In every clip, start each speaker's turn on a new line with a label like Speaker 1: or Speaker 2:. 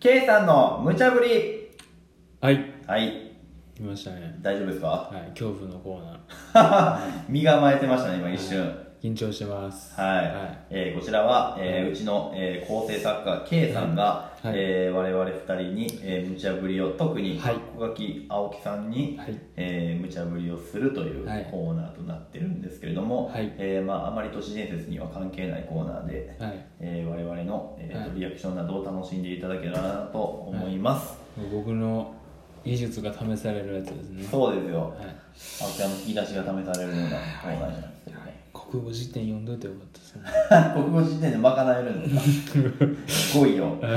Speaker 1: K さんの無茶ぶり
Speaker 2: はい
Speaker 1: はい
Speaker 2: 来ましたね
Speaker 1: 大丈夫ですか
Speaker 2: はい恐怖のコーナー
Speaker 1: 身構えてましたね今一瞬
Speaker 2: 緊張してます
Speaker 1: はい、
Speaker 2: は
Speaker 1: えーこちらは、えーうちの、えー構成作家 K さんが、
Speaker 2: はい
Speaker 1: えー我々二人に、えー無茶ぶりを特に
Speaker 2: はい
Speaker 1: 小垣青木さんに、
Speaker 2: はい
Speaker 1: えー無茶ぶりをするという
Speaker 2: はい
Speaker 1: コーナーとなってるんですけれども、
Speaker 2: はい
Speaker 1: えーまあ、あまり都市伝説には関係ないコーナーで、
Speaker 2: はい
Speaker 1: えー我々の、えー
Speaker 2: はい
Speaker 1: リアクションなどを楽しんでいただけたらなと思います、
Speaker 2: もう僕の技術が試されるやつですね
Speaker 1: そうですよ
Speaker 2: はい
Speaker 1: 青木さんの引き出しが試されるようなコーナーになんですけどね、
Speaker 2: 国語辞典読んどいてよかったですね
Speaker 1: 国語辞典で賄える んですかすごいよ
Speaker 2: はい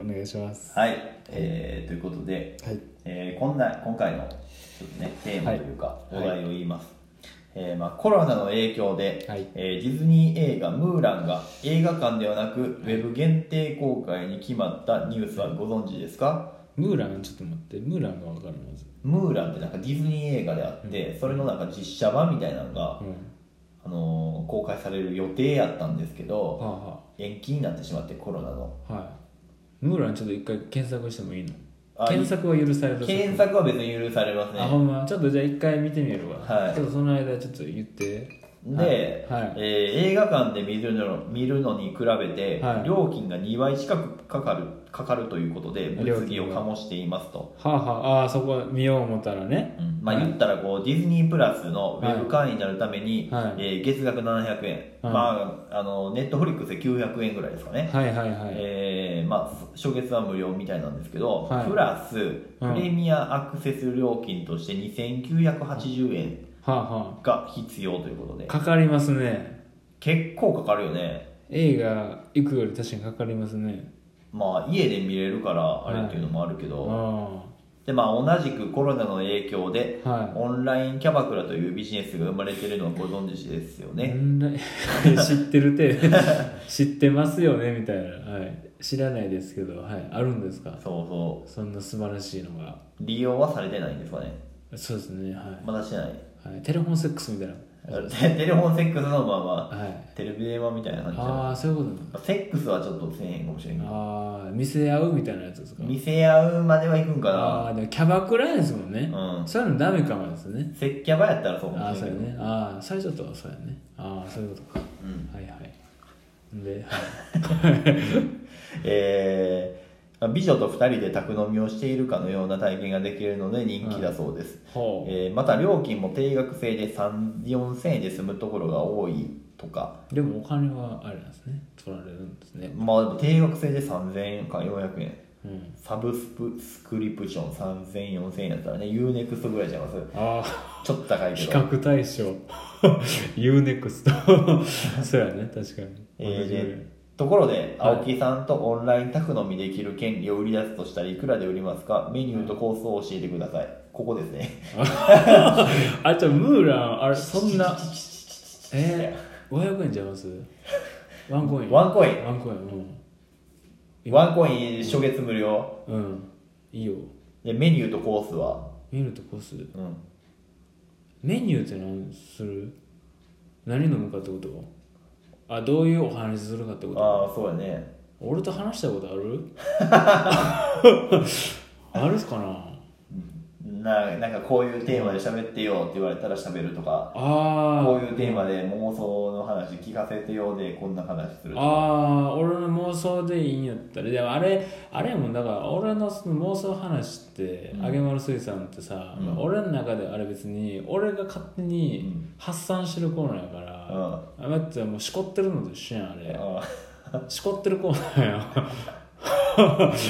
Speaker 2: お願いします
Speaker 1: はい、えー、ということで、
Speaker 2: はい
Speaker 1: えー、こんな今回のちょっと、ね、テーマというか、
Speaker 2: はい
Speaker 1: お題を言います、えーまあ、コロナの影響で、
Speaker 2: はい
Speaker 1: えーディズニー映画「ムーラン」が映画館ではなくウェブ限定公開に決まったニュースはご存知ですか
Speaker 2: ムーランちょっと待ってムーランが分かるまず
Speaker 1: ムーランってなんかディズニー映画であって、それのなんか実写版みたいなのが、
Speaker 2: うん
Speaker 1: あのー公開される予定やったんですけど、
Speaker 2: はあ
Speaker 1: 延期になってしまってコロナの
Speaker 2: はあはいムーランちょっと一回検索してもいいの
Speaker 1: あ
Speaker 2: 検索は許された
Speaker 1: 検索は別に許されますね
Speaker 2: あほんまちょっとじゃあ一回見てみるわ、
Speaker 1: はい
Speaker 2: ちょっとその間ちょっと言って
Speaker 1: で、
Speaker 2: はいはい
Speaker 1: えー映画館で見るの見るのに比べて、
Speaker 2: はい
Speaker 1: 料金が2倍近くかかるかかるということで
Speaker 2: 料
Speaker 1: 物議を
Speaker 2: 金が
Speaker 1: 醸していますと、
Speaker 2: はあはああーそこ見よう思ったらね、
Speaker 1: うんまあ、言ったらこうディズニープラスのウ
Speaker 2: はい
Speaker 1: ェブ会員になるために、
Speaker 2: は
Speaker 1: え
Speaker 2: い
Speaker 1: ー月額700円、
Speaker 2: はい
Speaker 1: まあ、あのネットフリックスで900円ぐらいですかね、
Speaker 2: はいはいはい、
Speaker 1: えーまあ、初月は無料みたいなんですけど、
Speaker 2: はい
Speaker 1: プラスプレミアアクセス料金として2980円
Speaker 2: はあは
Speaker 1: が必要ということで
Speaker 2: あかかりますね
Speaker 1: 結構かかるよね
Speaker 2: 映画行くより確かにかかりますね
Speaker 1: まあ家で見れるからあれっていうのもあるけ
Speaker 2: あ
Speaker 1: ど、
Speaker 2: あ
Speaker 1: でまあ同じくコロナの影響で
Speaker 2: は
Speaker 1: オンラインキャバクラというビジネスが生まれてるのをご存知ですよ
Speaker 2: い
Speaker 1: ね、
Speaker 2: 問題 知ってるて知ってますよねみたいな、はい、知らないですけど、はい、あるんですか
Speaker 1: そうそ
Speaker 2: そんな素晴らしいのが
Speaker 1: う利用はされてないんですかね
Speaker 2: そうですねは
Speaker 1: まだしてない
Speaker 2: い、はい、テレフォンセックスみたいな
Speaker 1: テテレフォンセックスのまあま
Speaker 2: はい
Speaker 1: あテレビ電話みたいな感じじゃない
Speaker 2: ああそういうことなの
Speaker 1: セックスはちょっとせえへんかもしれんけど
Speaker 2: ああ見せ合うみたいなやつですか
Speaker 1: 見せ合うまではいくん
Speaker 2: あ
Speaker 1: か
Speaker 2: あでもキャバクラですもんね、
Speaker 1: うん
Speaker 2: そういうのダメかもですね
Speaker 1: な接キャバやったらそうか
Speaker 2: あ
Speaker 1: も
Speaker 2: あ
Speaker 1: し
Speaker 2: そ
Speaker 1: れ
Speaker 2: う
Speaker 1: ん
Speaker 2: や
Speaker 1: けど
Speaker 2: ねああそれちょっとそうやねああそういうことか、
Speaker 1: うん
Speaker 2: はいはいで、
Speaker 1: えー美女と2人で宅飲みをしているかのような体験ができるので人気だそうです、
Speaker 2: ほう
Speaker 1: えーまた料金も定額制で3 4000円で済むところが多いとか
Speaker 2: でもお金はあれなんですね取られるんですね
Speaker 1: まあでも定額制で3000円か400円
Speaker 2: うん
Speaker 1: サブスプスクリプション30004000円やったらね UNEXT ぐらいちゃいます
Speaker 2: ああ
Speaker 1: ちょっと高いけ
Speaker 2: 比
Speaker 1: ど
Speaker 2: 較対象 UNEXT そうやね確かに、
Speaker 1: え
Speaker 2: 同
Speaker 1: ー
Speaker 2: じぐらい
Speaker 1: でところで青木さんとオンライン宅飲みできる権利を売り出すとしたらいくらで売りますかメニューとコースを教えてくださいここですね
Speaker 2: あじゃあムーランあれそんなえー、500円ちゃいますワンコイン
Speaker 1: ワンコイン
Speaker 2: ワンコインうん
Speaker 1: ワンコイン初月無料
Speaker 2: うんいいよ
Speaker 1: でメニューとコースは
Speaker 2: メニューとコース
Speaker 1: うん
Speaker 2: メニューって何する何飲むかってことあどういうお話するかってこと
Speaker 1: ああそうやね
Speaker 2: 俺と話したことあるあるっすかな
Speaker 1: ななんかこういうテーマで喋ってよって言われたら喋るとかこ
Speaker 2: あ
Speaker 1: ういうテーマで妄想の話聞かせてよでこんな話する
Speaker 2: あああ俺の妄想でいいんやったらでもあれあれやもんだから俺のその妄想話って、あげまる水産ってさ、
Speaker 1: うん
Speaker 2: 俺の中であれ別に俺が勝手
Speaker 1: う
Speaker 2: に
Speaker 1: ん
Speaker 2: 発散してるコーナーやか
Speaker 1: う
Speaker 2: ら、
Speaker 1: ん
Speaker 2: あだってもうしこってるのと一緒やんあれ、
Speaker 1: あ
Speaker 2: しこってるコーナーよ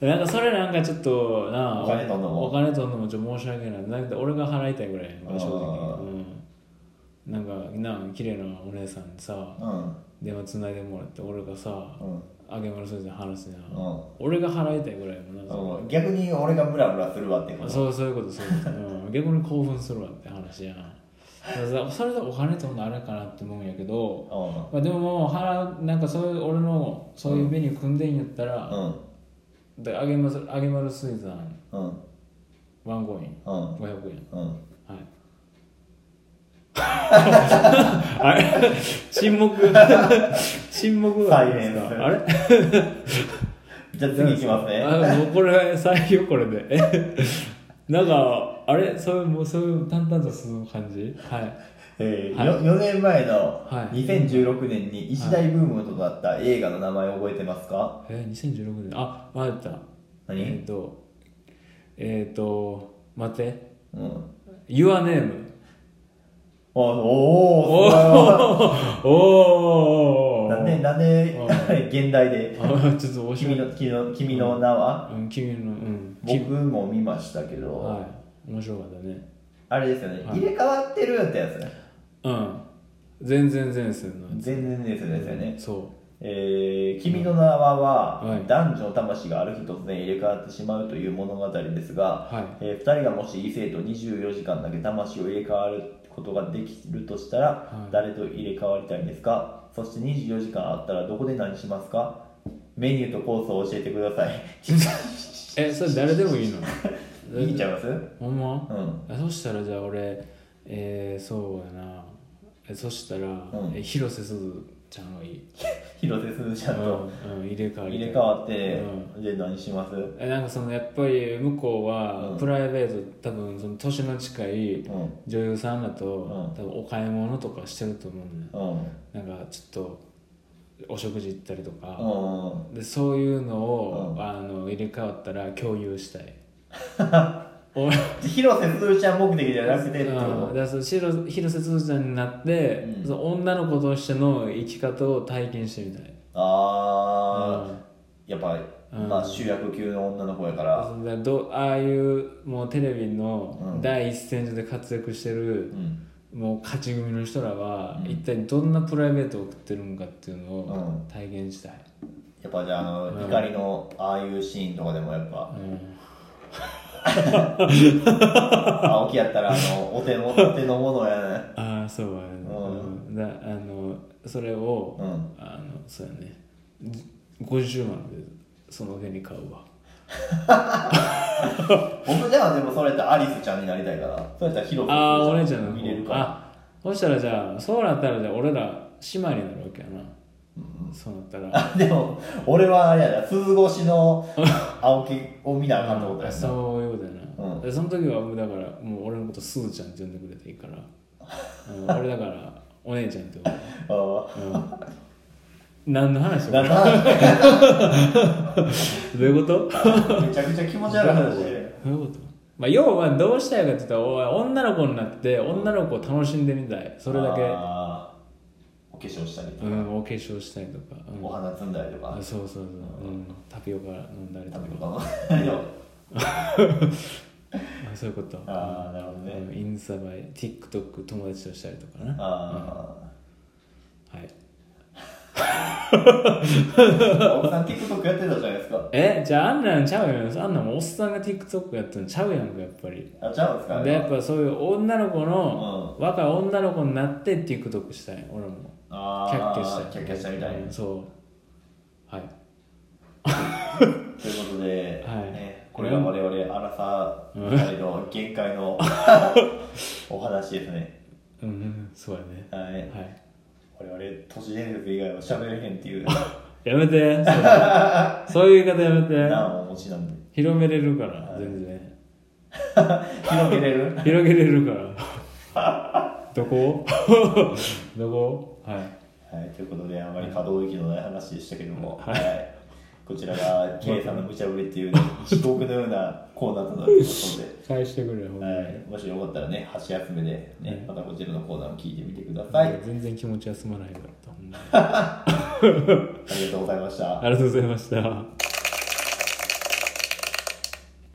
Speaker 2: なんかそれなんかちょっとなあ
Speaker 1: お金取んのも
Speaker 2: お金取んのもちょっと申し訳ないなんか俺が払いたいぐらいやん
Speaker 1: あ
Speaker 2: か
Speaker 1: ー
Speaker 2: 正直うんなんかなあ綺麗なお姉さんにさ
Speaker 1: あうん
Speaker 2: 電話つないでもらって俺がさ
Speaker 1: うん
Speaker 2: あげまる先生に話すやん
Speaker 1: うん
Speaker 2: 俺が払いたいぐらいやもんな
Speaker 1: うん逆に俺がムラムラするわってこと
Speaker 2: そうそういうことそういうこと、うん、逆に興奮するわって話やんだからそれでお金取んのあれかなって思うんやけど
Speaker 1: う
Speaker 2: まあ、でももう払うなんかそういう俺のそういうメニュー組んでんやったら、
Speaker 1: ん
Speaker 2: で揚げます揚げ丸水産
Speaker 1: うんうん
Speaker 2: ワンコイン
Speaker 1: うん
Speaker 2: 500円
Speaker 1: うん
Speaker 2: はい あれ沈 黙沈黙があるんです
Speaker 1: サイレンス
Speaker 2: かあれ
Speaker 1: じゃあ次いきますね。
Speaker 2: あもうこれ採用これでえなんかあれそういうもうそういう淡々と進む感じはい
Speaker 1: え
Speaker 2: はい
Speaker 1: 4年前の
Speaker 2: はい
Speaker 1: 2016年に一大ブームとなった映画の名前を覚えてますか
Speaker 2: えー、2016年あ待った
Speaker 1: 何
Speaker 2: えっ、とえっ、と待って
Speaker 1: うん。
Speaker 2: 「YourName
Speaker 1: おお」ー
Speaker 2: お
Speaker 1: すごい
Speaker 2: ー おー
Speaker 1: なんで、なんで
Speaker 2: うん、
Speaker 1: 現代で、
Speaker 2: あちょっと面白
Speaker 1: 君
Speaker 2: い
Speaker 1: の、君の、君の名は、
Speaker 2: うん君のうん
Speaker 1: 僕
Speaker 2: 君
Speaker 1: も見ましたけど、
Speaker 2: はい面白かったね
Speaker 1: あれですよね、
Speaker 2: はい
Speaker 1: 入れ替わってるってやつね。
Speaker 2: うん全然前線の
Speaker 1: 全然ですよね。
Speaker 2: そ
Speaker 1: えー、君の名は
Speaker 2: はい
Speaker 1: 男女の魂がある日突然入れ替わってしまうという物語です
Speaker 2: う
Speaker 1: が、
Speaker 2: は
Speaker 1: えー、2人がもし異性と24時間だけ魂を入れ替わることができるとしたら、
Speaker 2: はい
Speaker 1: 誰と入れ替わりたいんですかそして24時間あったらどこで何しますかメニューとコースを教えてくださ い
Speaker 2: いえそれ誰でもいいの
Speaker 1: いいんちゃいます
Speaker 2: ほんま
Speaker 1: うん
Speaker 2: あそしたらじゃあ俺えー、そうやなえそしたら、
Speaker 1: ん
Speaker 2: え広瀬すずちゃんがいい、
Speaker 1: 広瀬すずちゃんと
Speaker 2: うんうん、入れ替わり
Speaker 1: 入
Speaker 2: たい
Speaker 1: れ替わって、
Speaker 2: う
Speaker 1: で何しますうん
Speaker 2: えなんかそのやっぱり向こう
Speaker 1: う
Speaker 2: は
Speaker 1: ん
Speaker 2: プライベート、多分その年の近い女優さんだと、
Speaker 1: ん
Speaker 2: 多分お買い物とかしてると思うね
Speaker 1: うん
Speaker 2: なんかちょっとお食事行ったりと
Speaker 1: う
Speaker 2: か、
Speaker 1: ん
Speaker 2: でそういうのを、
Speaker 1: うん
Speaker 2: あの入れ替わったら共有した いお
Speaker 1: 広瀬すずちゃん目的じゃなくてってこ
Speaker 2: うん、だ
Speaker 1: と
Speaker 2: からその広広瀬すずちゃんになって、
Speaker 1: うん
Speaker 2: その女の子としての生き方を体験してみたい
Speaker 1: あー、やっぱ、
Speaker 2: うん
Speaker 1: まあ主役級の女の子やか
Speaker 2: あ
Speaker 1: ら、
Speaker 2: そうだからどああいうもうテレビの
Speaker 1: うん
Speaker 2: 第一線上で活躍して
Speaker 1: う
Speaker 2: る、
Speaker 1: ん
Speaker 2: もう勝ち組の人らは、
Speaker 1: うん
Speaker 2: 一体どんなプライベートを送ってるのかっていうのを
Speaker 1: う
Speaker 2: 体験したい、
Speaker 1: やっぱじゃああの、
Speaker 2: うん
Speaker 1: 怒りのああいうシーンとかでもやっぱ
Speaker 2: う、ん
Speaker 1: 青木やったらあ のお手のお手のものやね
Speaker 2: ああそうやね、
Speaker 1: うん
Speaker 2: うんだあのそれを、
Speaker 1: うん
Speaker 2: あのそうやねじ50万でその手に買うわ
Speaker 1: 僕ではでもそれやったらアリスちゃんになりたいからそれやったら広瀬
Speaker 2: ああお姉
Speaker 1: すず
Speaker 2: ちゃんの方
Speaker 1: 入れるから
Speaker 2: あそしたらじゃあそうなったらじゃあ俺ら姉妹になるわけやな、そうなったら
Speaker 1: あでも俺はあれやな鈴越し の青木を見なあかんってことやな
Speaker 2: そういうことやな、
Speaker 1: うん
Speaker 2: でその時はもうだからもう俺のことすずちゃんって呼んでくれていいから、うん、 俺だからお姉ちゃんって呼ぶ、
Speaker 1: あ
Speaker 2: うん、何の話
Speaker 1: ーだ
Speaker 2: ど
Speaker 1: んだ
Speaker 2: ういうこ
Speaker 1: ん
Speaker 2: と
Speaker 1: めちゃくちゃ気持ち悪い話で
Speaker 2: どういうことまあ、要はどうしたいかって言ったらおい女の子になって女の子を楽しんでみたいそれだけ、
Speaker 1: あーお化粧したりと
Speaker 2: う
Speaker 1: か、
Speaker 2: ん、お化粧したりとか、うん
Speaker 1: お花摘んだりとか
Speaker 2: あそうそうそう、うん、タピオカ飲んだりと
Speaker 1: 食
Speaker 2: か
Speaker 1: べるか ないや
Speaker 2: あそういうこと
Speaker 1: ああなるほどね、
Speaker 2: うんインスタ映え TikTok 友達としたりとかな
Speaker 1: ああ
Speaker 2: はい
Speaker 1: 奥さん TikTok やってたじゃないですか
Speaker 2: えじゃああんなんちゃうやんあんなんもおっさんが TikTok やったのちゃうやんかやっぱり
Speaker 1: あちゃうんですか
Speaker 2: でやっぱそういう女の子の、
Speaker 1: う
Speaker 2: 若い女の子になって TikTok したい俺もキ
Speaker 1: あ
Speaker 2: ャ
Speaker 1: あ
Speaker 2: ッキャしたい
Speaker 1: キャッキャしたみたいな
Speaker 2: うんそうはい
Speaker 1: ということで、
Speaker 2: はい
Speaker 1: ね、これが我々アラサー2人の限界 のお話ですね、
Speaker 2: うんそうやね
Speaker 1: はい
Speaker 2: はい
Speaker 1: 我々都市伝説以外は喋れへんっていう
Speaker 2: やめてそうそういう言い方やめて
Speaker 1: 難をお持ちなんで
Speaker 2: 広めれるから全然
Speaker 1: 広げれる
Speaker 2: 広げれるからどこどこはい
Speaker 1: はい、ということであまり可動域のない話でしたけども、はい、こちらが K さんの無茶ぶりって いう、ね、地獄のようなコーナーとなりますので。
Speaker 2: 返してくれほんまに、
Speaker 1: はい、もしよかったらね、箸休めで、ね、またこちらのコーナーを聞いてみてください。あ
Speaker 2: 全然気持ち休まないから、ほんまに
Speaker 1: りがとうございました。
Speaker 2: ありがとうございました。